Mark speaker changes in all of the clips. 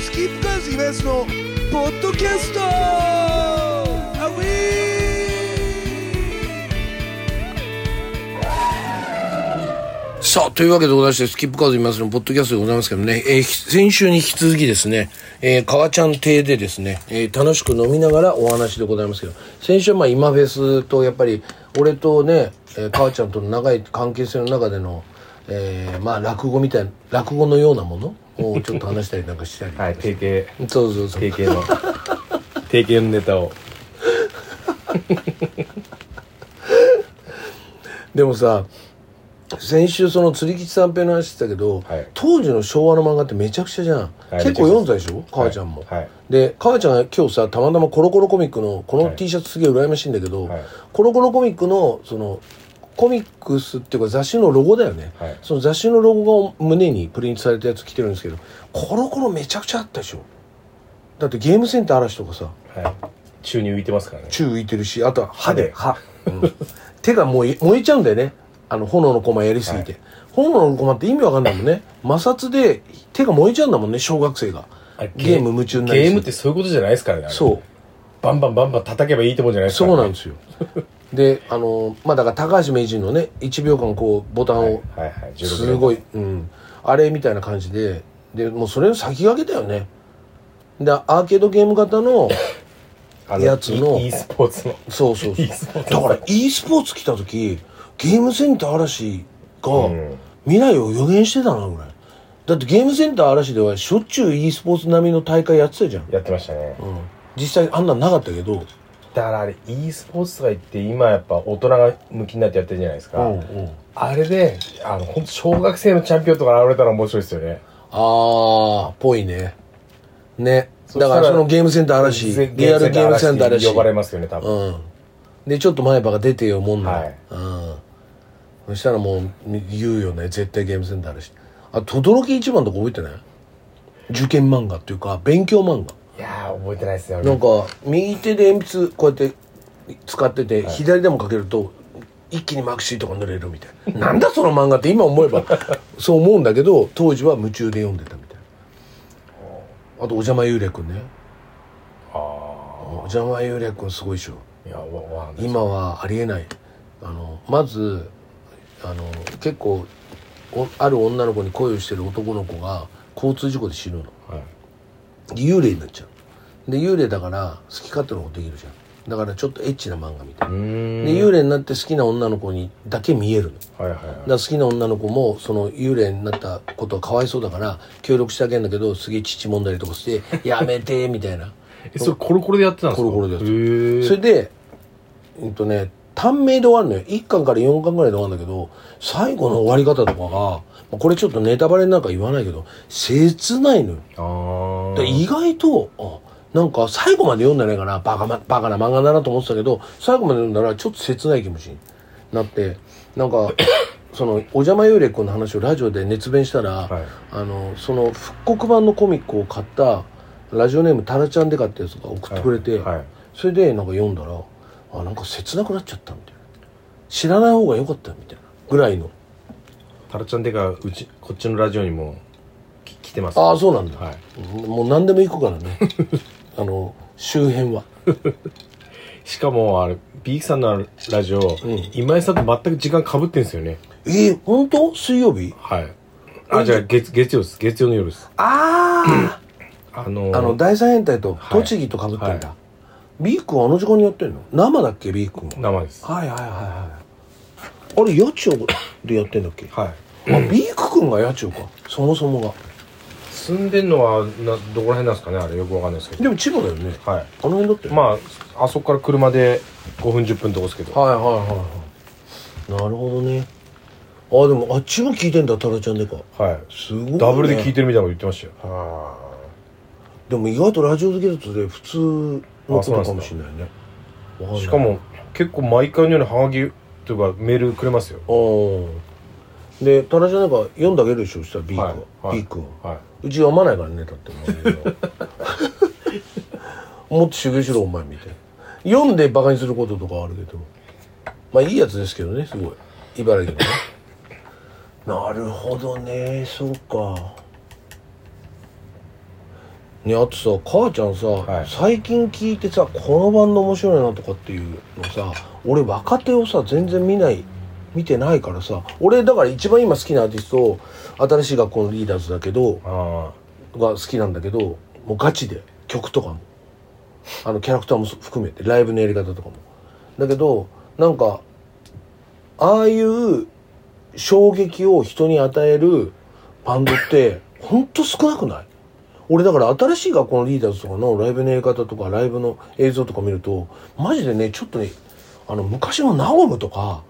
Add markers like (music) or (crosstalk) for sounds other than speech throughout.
Speaker 1: スキップカーズ東のポッドキャストアウィ
Speaker 2: さあ、というわけでございまして、スキップカードいますの、ポッドキャストでございますけどね、えーひ先週に引き続きですね、えー、川ちゃん邸でですね、えー楽しく飲みながらお話でございますけど、先週はまあ今フェスとやっぱり、俺とね、えー、川ちゃんとの長い関係性の中での、えーまあ落語みたいな、落語のようなものをちょっと話したりなんかしたり。
Speaker 3: はい、定型、
Speaker 2: そうそうそう
Speaker 3: 定。型の、定型のネタを。
Speaker 2: でもさ、先週その釣り吉三平の話してたけど、
Speaker 3: はい
Speaker 2: 当時の昭和の漫画ってめちゃくちゃじゃん。
Speaker 3: はい
Speaker 2: 結構読んだでしょ川ちゃんも。
Speaker 3: はい。
Speaker 2: で母ちゃんが今日さたまたまコロコロコミックのこの
Speaker 3: はい
Speaker 2: T シャツすげえ羨ましいんだけど、
Speaker 3: はい
Speaker 2: コロコロコミックのそのコミックスっていうか雑誌のロゴだよね、
Speaker 3: はい
Speaker 2: その雑誌のロゴが胸にプリントされたやつ着てるんですけどコロコロめちゃくちゃあったでしょだってゲームセンター嵐とかさ
Speaker 3: はい。宙に浮いてますからね。
Speaker 2: 宙浮いてるしあとは歯で
Speaker 3: 歯。
Speaker 2: うん (laughs) 手が燃え燃えちゃうんだよねあの炎の駒やりすぎて、炎の駒って意味わかんないもんね摩擦で手が燃えちゃうんだもんね小学生が
Speaker 3: あ
Speaker 2: ゲーム夢中になり
Speaker 3: ゲ
Speaker 2: す
Speaker 3: ー
Speaker 2: ぎ
Speaker 3: ムっててそういうことじゃないですからね。あれ
Speaker 2: そう。
Speaker 3: バンバンバンバン叩けばいいってもんじゃないですか
Speaker 2: そ
Speaker 3: ら
Speaker 2: う
Speaker 3: ね。
Speaker 2: なんですよ。で、あの、まあ、だから高橋名人のね、1秒間こう、ボタンを、
Speaker 3: はいはいはい。16
Speaker 2: すごい、うん、あれみたいな感じで、で、もうそれの先駆けだよね。で、アーケードゲーム型の、
Speaker 3: あ
Speaker 2: やつの
Speaker 3: e スポーツの。
Speaker 2: そうそうそう
Speaker 3: e スポーツ
Speaker 2: だから e スポーツ来た時、ゲームセンター嵐が
Speaker 3: うん
Speaker 2: 未来を予言してたな、ぐらい。だってゲームセンター嵐ではしょっちゅう e スポーツ並みの大会やってたじゃん。
Speaker 3: やってましたね。
Speaker 2: うん。実際あんなんなかったけど、
Speaker 3: だからあれ、e スポーツとか言って、今やっぱ大人が向きになってやってるじゃないです
Speaker 2: う
Speaker 3: か。
Speaker 2: んうん。
Speaker 3: あれで、あの、本当小学生のチャンピオンとか現れたら面白いですよね。
Speaker 2: あー、ぽいね。ね。
Speaker 3: そした
Speaker 2: だ
Speaker 3: ら
Speaker 2: からそのゲームセンター嵐、リアルゲームセンター嵐。
Speaker 3: 呼ばれますよね、多分。
Speaker 2: うん。で、ちょっと前歯が出てよ、もんなら。
Speaker 3: はい
Speaker 2: うん。そしたらもう、言うよね、絶対ゲームセンター嵐。あ、轟一番とか覚えてない受験漫画っていうか、勉強漫画。
Speaker 3: いやー、覚えてないですね、
Speaker 2: な
Speaker 3: 俺
Speaker 2: ん。か、右手で鉛筆こうやって使ってて、左でもかけると、一気にマクシーとか塗れるみたいな。なんだその漫画って今思え
Speaker 3: (laughs)
Speaker 2: ば、そう思うんだけど、当時は夢中で読んでたみたいな。あと、お邪魔幽霊くんね。
Speaker 3: あ
Speaker 2: お邪魔幽霊くんすごいでしょ。
Speaker 3: あ。いや、わ、わかんない。
Speaker 2: 今はありえないあのまずあの結構おある女の子に恋をしてる男の子が交通事故で死ぬの
Speaker 3: はい
Speaker 2: で幽霊になっちゃうで幽霊だから好き勝手なことできるじゃんだからちょっとエッチな漫画みたいなで
Speaker 3: で
Speaker 2: 幽霊になって好きな女の子にだけ見えるの
Speaker 3: はいはいは
Speaker 2: だ
Speaker 3: い
Speaker 2: から好きな女の子もその幽霊になったことはかわいそうだから協力してあげるんだけどすげえ乳もんだりとかして「やめて」みたいな
Speaker 3: えそれコロコロでやってたんですか
Speaker 2: コロコロでやってた
Speaker 3: へえ
Speaker 2: それで、うんとね、短命で終わるのよ。1巻から4巻ぐらいで終わるんだけど、最後の終わり方とかが、まあこれちょっとネタバレなんか言わないけど、切ないのよ。
Speaker 3: あー
Speaker 2: で意外と、あなんか最後まで読んでないから、バカ,、ま、バカな漫画だなと思ってたけど、最後まで読んだらちょっと切ない気持ちになって、なん
Speaker 3: (coughs)
Speaker 2: か、その、お邪魔幽霊君の話をラジオで熱弁したら、
Speaker 3: はい
Speaker 2: あのその復刻版のコミックを買ったラジオネームタラちゃんで買ったやつが送ってくれて、
Speaker 3: はいはい
Speaker 2: それでなんか読んだらあなんか切なくなっちゃったみたいな知らない方が良かったみたいなぐらいの
Speaker 3: タラちゃんでかうちこっちのラジオにもき来てます
Speaker 2: ああそうなんだ、
Speaker 3: はい
Speaker 2: もう何でも行くから
Speaker 3: (laughs)
Speaker 2: ねあの周辺は
Speaker 3: しかもあれビーキさんのラジオ、今井さんと全く時間かぶってんですよね
Speaker 2: えー、本当水曜日
Speaker 3: はいあじゃあ月月曜です月曜の夜です
Speaker 2: あ
Speaker 3: あの
Speaker 2: ああの第三変態と栃木と被ってんだ、
Speaker 3: は
Speaker 2: B 君はあの時間にやってんの生だっけ B 君は
Speaker 3: 生です
Speaker 2: はいはいはいはいあれ八千代でやってんだっけ
Speaker 3: はい
Speaker 2: あ、ビーク君が野鳥か。そもそもが。
Speaker 3: 住んでんのはなどこら辺なんですかねあれよくわかんないですけど
Speaker 2: でも千葉だよね。
Speaker 3: はい
Speaker 2: あの辺だって。
Speaker 3: まああそこから車で5分10分とこですけど
Speaker 2: はいはいはいはい。なるほどね。あ、でもあっちも聞いてんだ、タラちゃんでか。
Speaker 3: はい
Speaker 2: すごい、ね。
Speaker 3: ダブルで聞い
Speaker 2: て。
Speaker 3: てるみたいなこと言ってましたよ
Speaker 2: でも意外とラジオ好きだとで普通のこ
Speaker 3: あそうな
Speaker 2: と
Speaker 3: ん
Speaker 2: か
Speaker 3: すか
Speaker 2: もしれないね。わんない
Speaker 3: しか。も結構毎回のようにハガキというかメールくれますよ
Speaker 2: うん。で、タラちゃんなんか読んであげるでしょ、そしたらビークは。
Speaker 3: はいはい
Speaker 2: ビークは。
Speaker 3: はいう
Speaker 2: ち読まないからね、だってもう。もっと修行しろ、お前、みたいな。読んでバカにすることとかあるけど。まあ、いいやつですけどね、すごい。茨城のね。なるほどね、そうか。ねあとさ母ちゃんさ、
Speaker 3: はい
Speaker 2: 最近聞いてさこのバンド面白いなとかっていうのさ俺若手をさ全然見ない見てないからさ俺だから一番今好きなアーティスト新しい学校のリーダーズだけど
Speaker 3: あ
Speaker 2: が好きなんだけどもうガチで曲とかもあのキャラクターも含めてライブのやり方とかもだけどなんかああいう衝撃を人に与えるバンドってほんと少なくない俺だから新しい学校のリーダーズとかのライブのやり方とかライブの映像とか見るとマジでねちょっとねあの昔のナゴムとか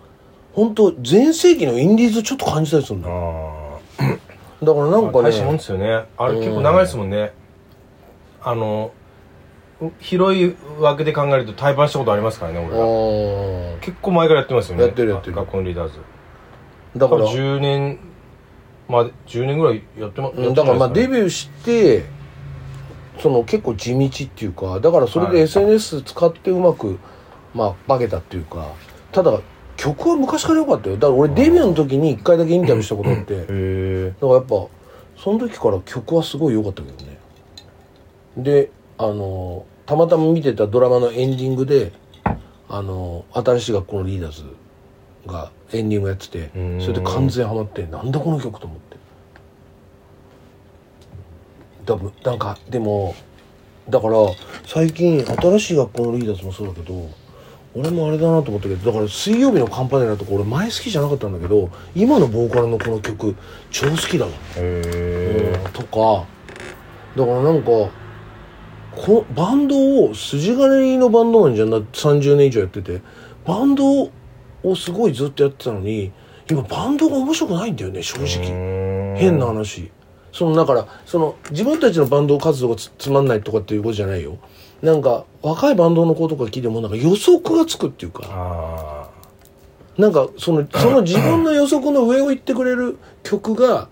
Speaker 2: 本当全盛期のインディーズちょっと感じたりするん
Speaker 3: あ
Speaker 2: だ
Speaker 3: あ
Speaker 2: よ
Speaker 3: あ
Speaker 2: だからなんか
Speaker 3: 大したもん
Speaker 2: ね
Speaker 3: ですよねあれ結構長いですもんねあの広い枠で考えると対バンしたことありますからね俺は
Speaker 2: ああ
Speaker 3: 結構前からやってますよね
Speaker 2: やってるやってる
Speaker 3: 学校のリーダーズ
Speaker 2: だから、
Speaker 3: 10年まあ10年ぐらいやってまやっ
Speaker 2: う
Speaker 3: てた
Speaker 2: ん
Speaker 3: ん
Speaker 2: だからまあ
Speaker 3: で
Speaker 2: デ
Speaker 3: すね
Speaker 2: ビューしてその結構地道っていうかだからそれ
Speaker 3: は
Speaker 2: で
Speaker 3: い
Speaker 2: SNS 使ってうまくまあ化けたっていうかただ曲は昔から良かったよだから俺デビューの時に1回だけインタビューしたことあってだか
Speaker 3: へえ
Speaker 2: らやっぱその時から曲はすごい良かったけどねであのたまたま見てたドラマのエンディングであの新しい学校のリーダーズがエンディングやってて
Speaker 3: うん
Speaker 2: それで完全ハマってなんだこの曲と思って多分なんかでもだから最近新しい学校のリーダーズもそうだけど俺もあれだなと思ったけどだから水曜日のカンパネラとか俺前好きじゃなかったんだけど今のボーカルのこの曲超好きだわ
Speaker 3: へ
Speaker 2: とかだからなんかこバンドを筋金入りのバンドマンじゃんな30年以上やっててバンドをすごいずっとやってたのに今バンドが面白くないんだよね正直
Speaker 3: え
Speaker 2: 変な話そのだからその自分たちのバンド活動がつつまんないとかっていうことじゃないよなんか若いバンドの子とか聞いてもなんか予測がつくっていうか
Speaker 3: あ
Speaker 2: なんかそのその自分の予測の上を行ってくれる曲が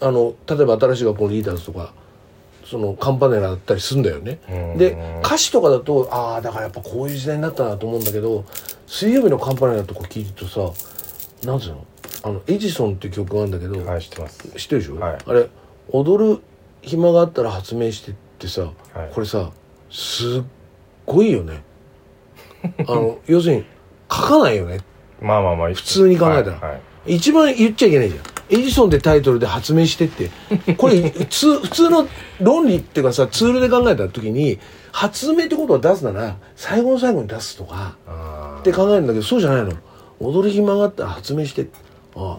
Speaker 2: あの例えば新しい学校のリーダーズとかそのカンパネラだったりするんだよね
Speaker 3: うん
Speaker 2: で歌詞とかだとああだからやっぱこういう時代になったなと思うんだけど水曜日のカンパネラとか聞いてるとさなんつうのあの「エジソン」っていう曲があるんだけど、
Speaker 3: あはい知ってます
Speaker 2: 知ってるでしょ、
Speaker 3: はい
Speaker 2: あれ踊る暇があったら発明してってさ、
Speaker 3: はい
Speaker 2: これさすっごいよねあの要するに書かないよね
Speaker 3: まあまあまあ普
Speaker 2: 普通に考えたら一番言っちゃいけないじゃん。エジソンってタイトルで発明してって、これ (laughs) 普通、普通の論理っていうかさ、ツールで考えた時に、発明ってことを出すなら、最後の最後に出すとか、
Speaker 3: あ
Speaker 2: って考えるんだけど、そうじゃないの。踊る暇があったら発明して、ああ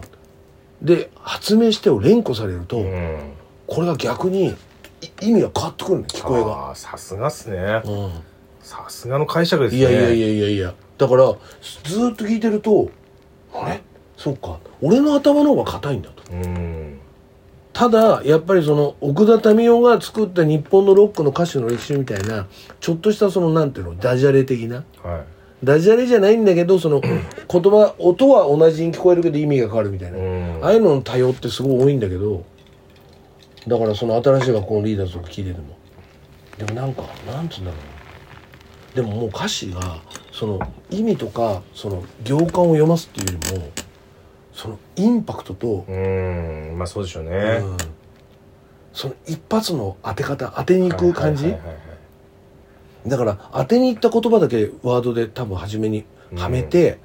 Speaker 2: で、発明してを連呼されると、
Speaker 3: ーうん
Speaker 2: これが逆にい意味が変わってくるの、聞こえが。
Speaker 3: あーさすがっすね
Speaker 2: うん
Speaker 3: さすがの解釈ですね
Speaker 2: いやいやいやいやいやだからずーっと聞いてるとあれそうか俺の頭の方が硬いんだと
Speaker 3: うん
Speaker 2: ただやっぱりその奥田民生が作った日本のロックの歌手の歴史みたいなちょっとしたそのなんていうのダジャレ的な
Speaker 3: は
Speaker 2: ダジャレじゃないんだけどその言葉音は同じに聞こえるけど意味が変わるみたいな、
Speaker 3: いうん
Speaker 2: ああいうのの多様ってすごい多いんだけどだからその新しい学校のリーダーズとか聞いててもでもなんかなんつうんだろうでももう歌詞がその意味とかその行間を読ますっていうよりもそのインパクトと、
Speaker 3: うんまあそうでしょうね
Speaker 2: うんその一発の当て方当てに行く感じ、
Speaker 3: はいはいはいはい
Speaker 2: だから当てに行った言葉だけワードで多分初めにはめて、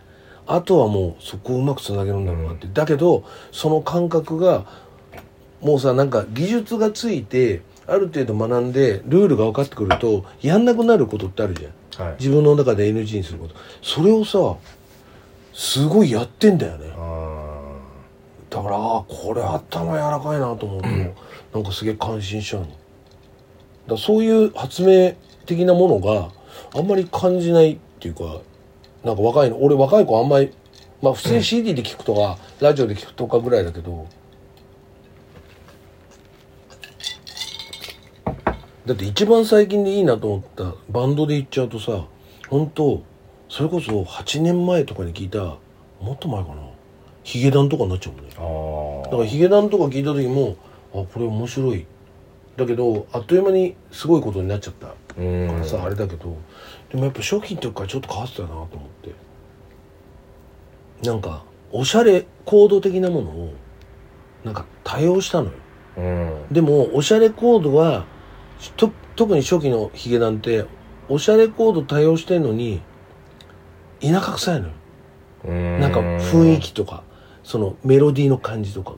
Speaker 2: あとはもうそこをうまくつなげるんだろうなって、だけどその感覚がもうさなんか技術がついてある程度学んでルールが分かってくるとやんなくなることってあるじゃん
Speaker 3: はい
Speaker 2: 自分の中で NG にすることそれをさすごいやってんだよね
Speaker 3: あ
Speaker 2: だからあーこれ頭柔らかいなと思うと、なんかすげえ感心しちゃうのだからそういう発明的なものがあんまり感じないっていうかなんか若いの俺若い子あんまりまあ普通に CD で聞くとか、ラジオで聞くとかぐらいだけどだって一番最近でいいなと思ったバンドで言っちゃうとさ本当それこそ8年前とかに聞いたもっと前かなヒゲダンとかになっちゃうもんね
Speaker 3: ーあ
Speaker 2: だからヒゲダンとか聞いた時もあこれ面白いだけどあっという間にすごいことになっちゃったか
Speaker 3: ーうん
Speaker 2: らさ、あれだけどでもやっぱ初期の時からちょっと変わってたなと思ってなんかおしゃれ行動的なものをなんか多用したのよ
Speaker 3: うん
Speaker 2: でもおしゃれコードはと特に初期のヒゲダンっておしゃれコード多用してんのに田舎臭いのよな
Speaker 3: な
Speaker 2: んか雰囲気とかそのメロディーの感じとか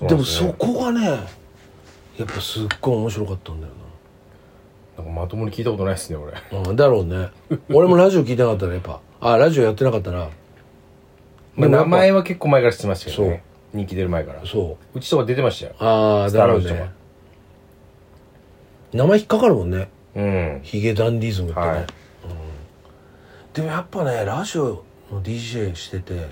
Speaker 2: がでもそこがねやっぱすっごい面白かったんだよ
Speaker 3: なんかまともに聞いたことないですね俺
Speaker 2: な、うん、だろうね俺もラジオ聞いてなかったらやっぱあラジオやってなかったら
Speaker 3: ま
Speaker 2: で
Speaker 3: あ
Speaker 2: もやっぱ
Speaker 3: 名前は結構前から知ってましたけどね人気出る前から
Speaker 2: そう
Speaker 3: うちとか出てましたよ
Speaker 2: ああだろう
Speaker 3: スターラ
Speaker 2: ね名前引っかかるもんね
Speaker 3: うん
Speaker 2: ヒゲダンディズムってね、
Speaker 3: はい
Speaker 2: でもやっぱねラジオの DJ してて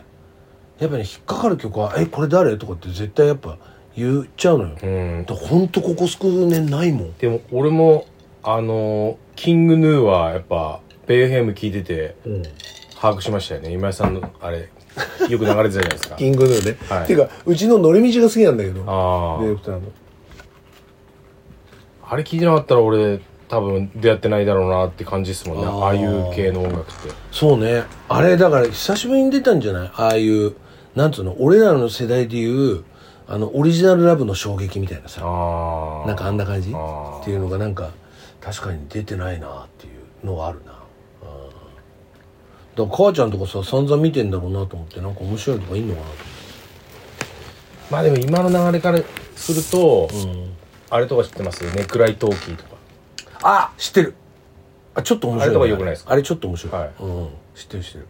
Speaker 2: やっぱね引っかかる曲は「えこれ誰?」とかって絶対やっぱ言っちゃうのよ、
Speaker 3: うん
Speaker 2: だからほんとここ数年ないもん
Speaker 3: でも俺もあのーキングヌーはやっぱベイヘム聞いてて
Speaker 2: うん
Speaker 3: 把握しましたよね今井さんのあれ (laughs) よく流れてたじゃな
Speaker 2: (laughs)
Speaker 3: いですか
Speaker 2: キングヌーね、
Speaker 3: はい
Speaker 2: っていうかうちの乗り道が好きなんだけどデ
Speaker 3: あ
Speaker 2: ィレクターの
Speaker 3: ああれ聞いてなかったら俺多分出会ってないだろうなって感じですもんね
Speaker 2: あー
Speaker 3: ああいう系の音楽って
Speaker 2: そうねあれだから久しぶりに出たんじゃないああいうなんつうの俺らの世代でいうあのオリジナルラブの衝撃みたいなさ
Speaker 3: ああ
Speaker 2: なんかあんな感じ
Speaker 3: あー
Speaker 2: っていうのがなんか確かに出てないなっていうのはあるなうんだから母ちゃんとかさ散々見てんだろうなと思ってなんか面白いとかいんのかな
Speaker 3: まあでも今の流れからすると、
Speaker 2: と思って、
Speaker 3: あれとか知ってますネクライトーキーとか
Speaker 2: あ知ってるあちょっと面白い
Speaker 3: あれとか良くないですか
Speaker 2: あれちょっと面白い、
Speaker 3: はい
Speaker 2: うん、知ってる知ってる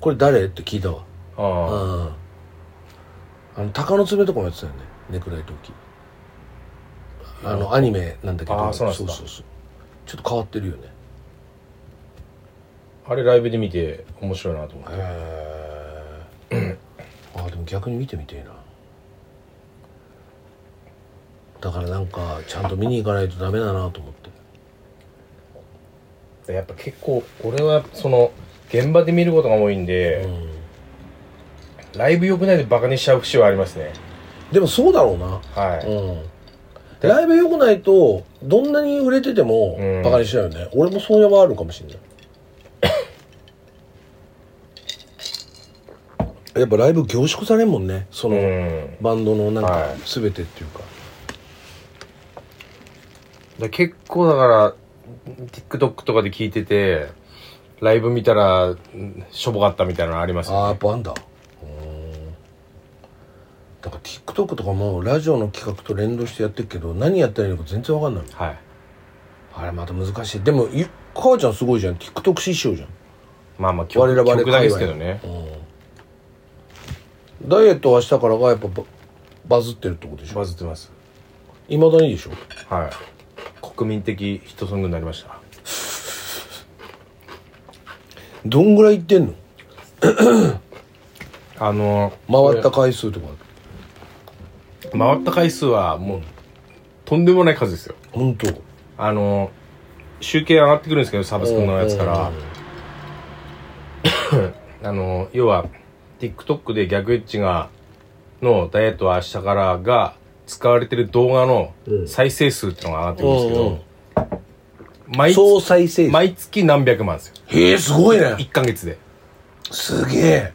Speaker 2: これ誰って聞いたわう
Speaker 3: ああ
Speaker 2: んあの鷹の爪とかもやってたよねネクライトキあのアニメなんだけど
Speaker 3: あーそうなんですか
Speaker 2: そうそうそうちょっと変わってるよね
Speaker 3: あれライブで見て面白いなと思って
Speaker 2: へえあでも逆に見てみてえなだからなんかちゃんと見に行かないとダメだなと思って
Speaker 3: でやっぱ結構俺はその現場で見ることが多いんで、ライブ良くないでバカにしちゃう節はありますね
Speaker 2: でもそうだろうな
Speaker 3: はい、
Speaker 2: うんライブ良くないとどんなに売れてても
Speaker 3: うん
Speaker 2: バカにしちゃうよね、俺もそういうのはあるかもしれ (coughs) ないやっぱライブ凝縮されんもんねその、
Speaker 3: うん
Speaker 2: バンドのなんか
Speaker 3: はい
Speaker 2: 全てっていうか、
Speaker 3: で結構だから TikTok とかで聞いててライブ見たらうんしょぼかったみたいなのあります
Speaker 2: ああ
Speaker 3: よ
Speaker 2: やっぱあんだだから TikTok とかもラジオの企画と連動してやってるけど何やったらいいのか全然わかんないもん
Speaker 3: はい
Speaker 2: あれまた難しいでもゆ母ちゃんすごいじゃん TikTok 師匠じゃん
Speaker 3: まあまあ曲
Speaker 2: 我々界隈
Speaker 3: 曲だけですけどね
Speaker 2: ダイエットはしたからがやっぱババズってるってことでしょ
Speaker 3: バズってます
Speaker 2: いまだにでしょ
Speaker 3: はい国民的ヒットソングになりました
Speaker 2: どんぐらいいってんの
Speaker 3: あの
Speaker 2: 回った回数とか
Speaker 3: 回った回数はもうとんでもない数ですよ
Speaker 2: 本当
Speaker 3: あの集計上がってくるんですけどサブスクのやつから (coughs) あの要は TikTok で逆エッジがのダイエットは明日からが使われてる動画の再生数ってのが上がってくるんですけ
Speaker 2: う
Speaker 3: ど、
Speaker 2: んうん
Speaker 3: 毎
Speaker 2: 総
Speaker 3: 月
Speaker 2: 再生数
Speaker 3: 毎月何百万ですよ
Speaker 2: へえすごいね
Speaker 3: 1ヶ月です
Speaker 2: げえ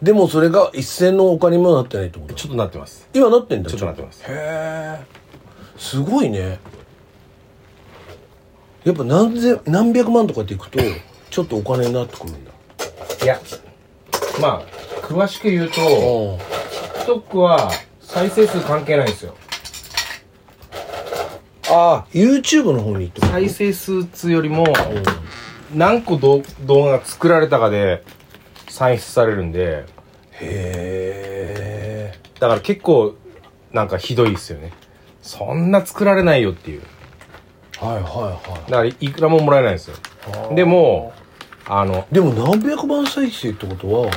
Speaker 2: でもそれが一銭のお金にもなってないってこと
Speaker 3: ちょっとなってます
Speaker 2: 今なってんだ
Speaker 3: ちょっとなってます
Speaker 2: へえすごいねやっぱ何千何百万とかっていくとちょっとお金になってくるんだ
Speaker 3: いやまあ詳しく言う
Speaker 2: う
Speaker 3: と
Speaker 2: ん
Speaker 3: TikTok は再生数関係ないんですよ
Speaker 2: ああ YouTube の方に行ってこと
Speaker 3: 再生数つよりも何個ど動画が作られたかで算出されるんで
Speaker 2: へえ
Speaker 3: だから結構なんかひどいですよねそんな作られないよっていう
Speaker 2: はいはいは
Speaker 3: だからいくらももらえないんですよでもあの
Speaker 2: いでも何百万再生ってことは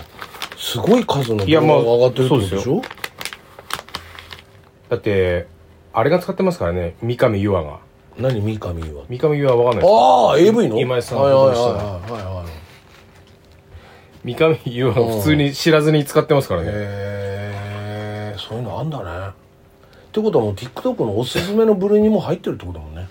Speaker 2: すごい数の
Speaker 3: い
Speaker 2: 動
Speaker 3: や
Speaker 2: 画
Speaker 3: まあ
Speaker 2: が上がってるってことでし
Speaker 3: そ
Speaker 2: ょ
Speaker 3: だってあれが使ってますからね三上優愛が
Speaker 2: 何三上は
Speaker 3: 三上優愛わかんない
Speaker 2: ああ AV の
Speaker 3: 今井さん
Speaker 2: はい
Speaker 3: の
Speaker 2: はい
Speaker 3: こと
Speaker 2: はいはいはいはい
Speaker 3: 三上優愛は普通に知らずに使ってますからね
Speaker 2: へえそういうのあんだねってことはもう TikTok のおすすめの部類にも入ってるってことだもんね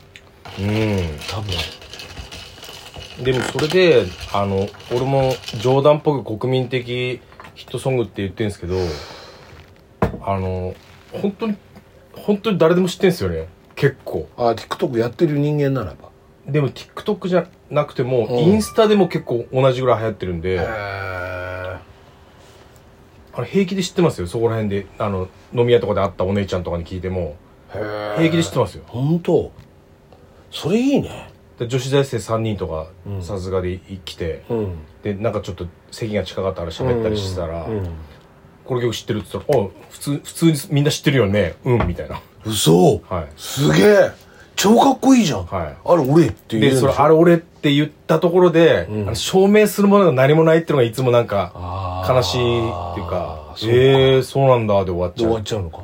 Speaker 3: うん
Speaker 2: 多分
Speaker 3: でもそれであの俺も冗談っぽく国民的ヒットソングって言ってるんですけどあの本当に本当に誰でも知ってんすよね結構
Speaker 2: あ TikTok やってる人間ならば
Speaker 3: でも TikTok じゃなくても、
Speaker 2: うん
Speaker 3: インスタでも結構同じぐらい流行ってるんで、
Speaker 2: え
Speaker 3: あれ平気で知ってますよそこら辺であの飲み屋とかで会ったお姉ちゃんとかに聞いても
Speaker 2: え
Speaker 3: 平気で知ってますよ
Speaker 2: 本当それいいね
Speaker 3: で女子大生3人とかさすがで来て、
Speaker 2: うん
Speaker 3: でなんかちょっと席が近かったから喋ったりしてたら、
Speaker 2: うん
Speaker 3: この曲知ってるって言ったら「あ普通普通にみんな知ってるよねうん」みたいな
Speaker 2: 嘘
Speaker 3: はい
Speaker 2: すげえ超かっこいいじゃん、
Speaker 3: はい
Speaker 2: あれ俺って言え
Speaker 3: で
Speaker 2: るん
Speaker 3: それ
Speaker 2: しょ
Speaker 3: あれ俺って言ったところで、あの証明するものが何もないっていうのがいつもなん
Speaker 2: あ
Speaker 3: か
Speaker 2: ー
Speaker 3: 悲しいっていうか
Speaker 2: そうか
Speaker 3: ええー、そうなんだで終わっ
Speaker 2: で
Speaker 3: ち
Speaker 2: 終
Speaker 3: ゃう
Speaker 2: わっちゃうのか、
Speaker 3: い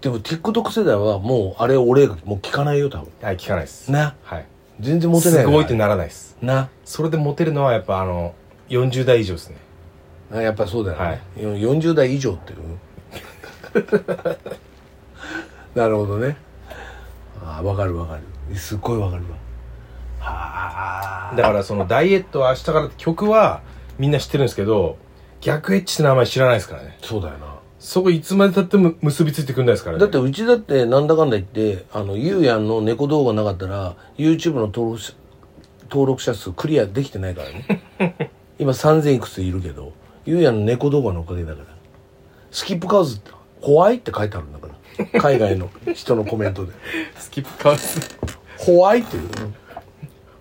Speaker 2: でも TikTok 世代はもうあれ俺がもう聞かないよ多分
Speaker 3: はい聞かないです
Speaker 2: な
Speaker 3: はい
Speaker 2: 全然モテない
Speaker 3: す
Speaker 2: よ
Speaker 3: ごいってならないです
Speaker 2: な
Speaker 3: それでモテるのはやっぱあの40代以上ですね
Speaker 2: なやっぱりそうだよね、よ40代以上っていう (laughs) なるほどねああわかるわかるすっごいわかるわはあ
Speaker 3: だからそのダイエットは明日からって曲はみんな知ってるんですけど逆エッチって名前知らないですからね
Speaker 2: そうだよな
Speaker 3: そこいつまでたっても結びついてくんないですからね
Speaker 2: だってうちだってなんだかんだ言ってあのゆうやんの猫動画なかったら YouTube の登録者登録者数クリアできてないからね今3000いくついるけどゆうやんの猫動画のおかげだからスキップカウズって怖いって書いてあるんだから海外の人のコメントで
Speaker 3: スキップカウス
Speaker 2: 怖いっていう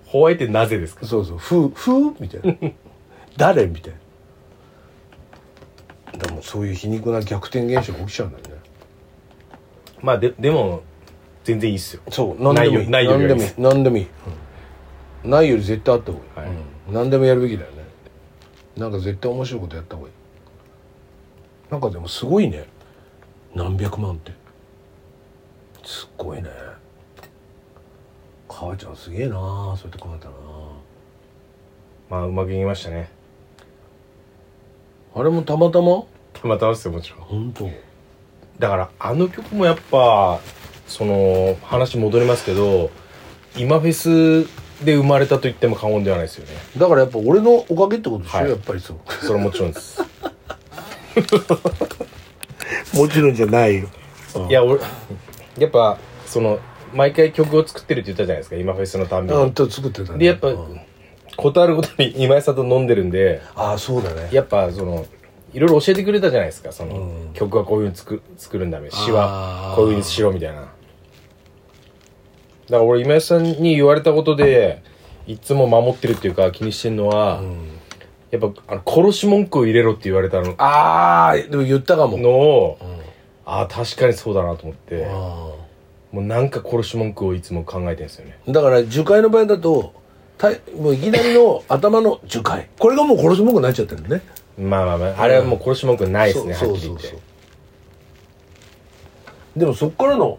Speaker 3: ホワイトなぜですか
Speaker 2: そうそう「ふうふう」みたいな「誰?」みたいなでもそういう皮肉な逆転現象が起きちゃうんだよね
Speaker 3: まあででも全然いいっすよ
Speaker 2: そう何でもいい
Speaker 3: ないよ
Speaker 2: 何で
Speaker 3: ないより
Speaker 2: も
Speaker 3: はい
Speaker 2: い
Speaker 3: いい
Speaker 2: 何でもいい、うんないより絶対あった方がいい、
Speaker 3: はい
Speaker 2: うん何でもやるべきだよねなんか絶対面白いことやった方がいいなんかでもすごいね何百万ってすっごいね母ちゃんすげえなそうやって考えたら
Speaker 3: まあうまく言いましたね (laughs)
Speaker 2: あれもたまたま
Speaker 3: たまたまですよもちろん
Speaker 2: 本当
Speaker 3: だからあの曲もやっぱその話戻りますけど今フェスで生まれたと言っても過言ではないですよね
Speaker 2: だからやっぱ俺のおかげってことでしょ、
Speaker 3: はい
Speaker 2: やっぱりそう
Speaker 3: それはもちろんです
Speaker 2: もちろんじゃないよ
Speaker 3: いや俺やっぱその毎回曲を作ってるって言ったじゃないですか今フェスのたんび
Speaker 2: うん
Speaker 3: に
Speaker 2: と作ってたね
Speaker 3: でやっぱ
Speaker 2: うん
Speaker 3: ことあるごとに今井さんと飲んでるんで
Speaker 2: ああそうだね
Speaker 3: やっぱそのいろいろ教えてくれたじゃないですかその、
Speaker 2: うん
Speaker 3: 曲はこういうふうに作作るんだみたいな
Speaker 2: あー
Speaker 3: 詩はこういうふうにしろみたいなだから俺今井さんに言われたことでいつも守ってるっていうか気にしてるのは、
Speaker 2: ん
Speaker 3: やっぱあの殺し文句を入れろって言われたの
Speaker 2: ああでも言ったかも
Speaker 3: のを、
Speaker 2: ん
Speaker 3: ああ確かにそうだなと思って
Speaker 2: あ
Speaker 3: もうなんか殺し文句をいつも考えてるんですよね
Speaker 2: あだから樹海の場合だとたもういきなりの頭の樹海これがもう殺し文句になっちゃってるね
Speaker 3: まあまあまああれはもう殺し文句ないですね、
Speaker 2: そう
Speaker 3: はっきり言って
Speaker 2: そうそうそうでもそっからの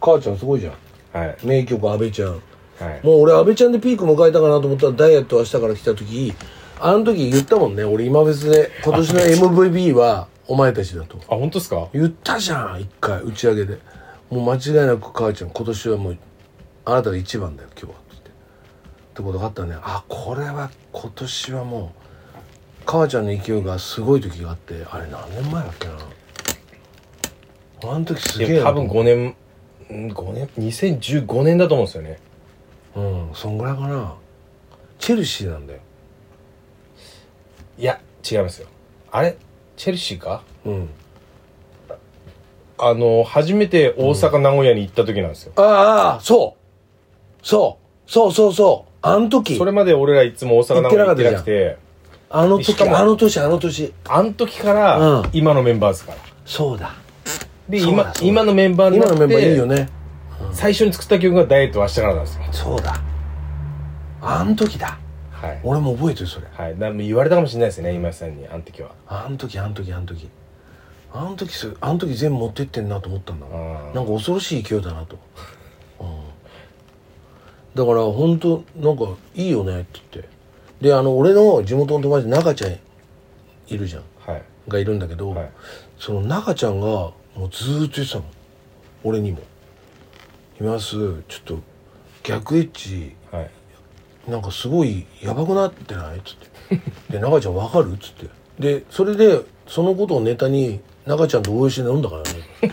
Speaker 2: 母ちゃんすごいじゃん
Speaker 3: はい
Speaker 2: 名曲安倍ちゃん
Speaker 3: はい
Speaker 2: もう俺安倍ちゃんでピーク迎えたかなと思ったらダイエット明日から来た時あの時言ったもんね俺今別で今年の MVP はお前たちだと
Speaker 3: あ本当ですか
Speaker 2: 言ったじゃん一回打ち上げでもう間違いなく母ちゃん今年はもうあなたが一番だよ今日はって言ってってことがあったねあこれは今年はもう母ちゃんの勢いがすごい時があってあれ何年前だっけなあの時すげ
Speaker 3: い
Speaker 2: え
Speaker 3: や
Speaker 2: な
Speaker 3: 多分5年うん5年2015年だと思うんですよね
Speaker 2: うんそんぐらいかなチェルシーなんだよ
Speaker 3: いや違いますよあれチェルシーか
Speaker 2: うん
Speaker 3: あの初めて大阪、名古屋に行った時なんですよ
Speaker 2: ああああそうそうそうそうそうあの時
Speaker 3: それまで俺らいつも大阪名古屋行ってなくて
Speaker 2: あの
Speaker 3: しか
Speaker 2: 時
Speaker 3: も
Speaker 2: あの年あの年
Speaker 3: あの時から
Speaker 2: うん
Speaker 3: 今のメンバーですから、
Speaker 2: そうだ
Speaker 3: で
Speaker 2: そうだ
Speaker 3: 今
Speaker 2: そうだ
Speaker 3: 今のメンバーにな
Speaker 2: 今
Speaker 3: って
Speaker 2: のメンバーいいよね
Speaker 3: 最初に作った曲がダイエットはしたからなんですよ
Speaker 2: そうだあん時だ
Speaker 3: はい、
Speaker 2: 俺も覚えてるそれ
Speaker 3: はい、なんか言われたかもしれないですね今井さんにあの時は
Speaker 2: あん時あん時あん時あん時すあん時全部持ってってんなと思ったんだもん
Speaker 3: あ
Speaker 2: なんか恐ろしい勢いだなと、うん、だから本当なんかいいよねって言ってであの俺の地元の友達中ちゃんいるじゃん
Speaker 3: はい
Speaker 2: がいるんだけど、
Speaker 3: はい
Speaker 2: その中ちゃんがもうずーっと言ってたの俺にも「いますちょっと逆エッジ
Speaker 3: はい
Speaker 2: なんかすごいやばくなってない?」っつって「で中ちゃんわかる?」っつってでそれで (laughs) そのことをネタに中ちゃんとおいしい飲んだからね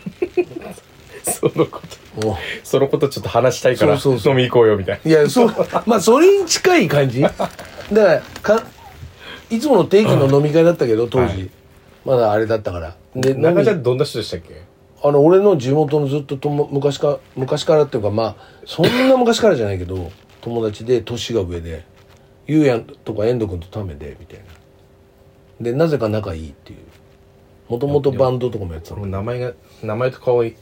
Speaker 3: そのこと
Speaker 2: お
Speaker 3: そのことちょっと話したいから
Speaker 2: そうそうそう
Speaker 3: 飲み行こうよみたい
Speaker 2: いやそうまあそれに近い感じだからかいつもの定期の飲み会だったけど当時、
Speaker 3: はい
Speaker 2: まだあれだったからで
Speaker 3: な中
Speaker 2: 飲み
Speaker 3: ちゃんどんな人でしたっけ
Speaker 2: あの俺の地元のずっととも昔か昔からっていうかまあそんな昔からじゃないけど友達で年が上でゆうやんとか遠藤君とためでみたいなでなぜか仲いいっていうもともとバンドとかもやってた
Speaker 3: も
Speaker 2: の
Speaker 3: う名前が名前と顔い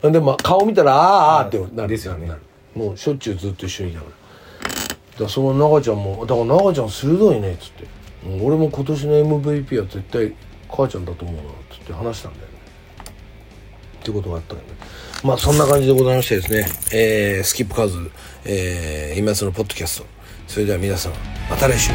Speaker 2: でもまあ顔見たらあーあーってなる
Speaker 3: ですよね
Speaker 2: なるもうしょっちゅうずっと一緒にだからだからその中ちゃんも「だから中ちゃん鋭いね」っつって「うん俺も今年の MVP は絶対母ちゃんだと思うな」っつって話したんだよねってことがあったんでまあそんな感じでございましてですね、えースキップカーズ、えー今そのポッドキャストそれでは皆さんまた来週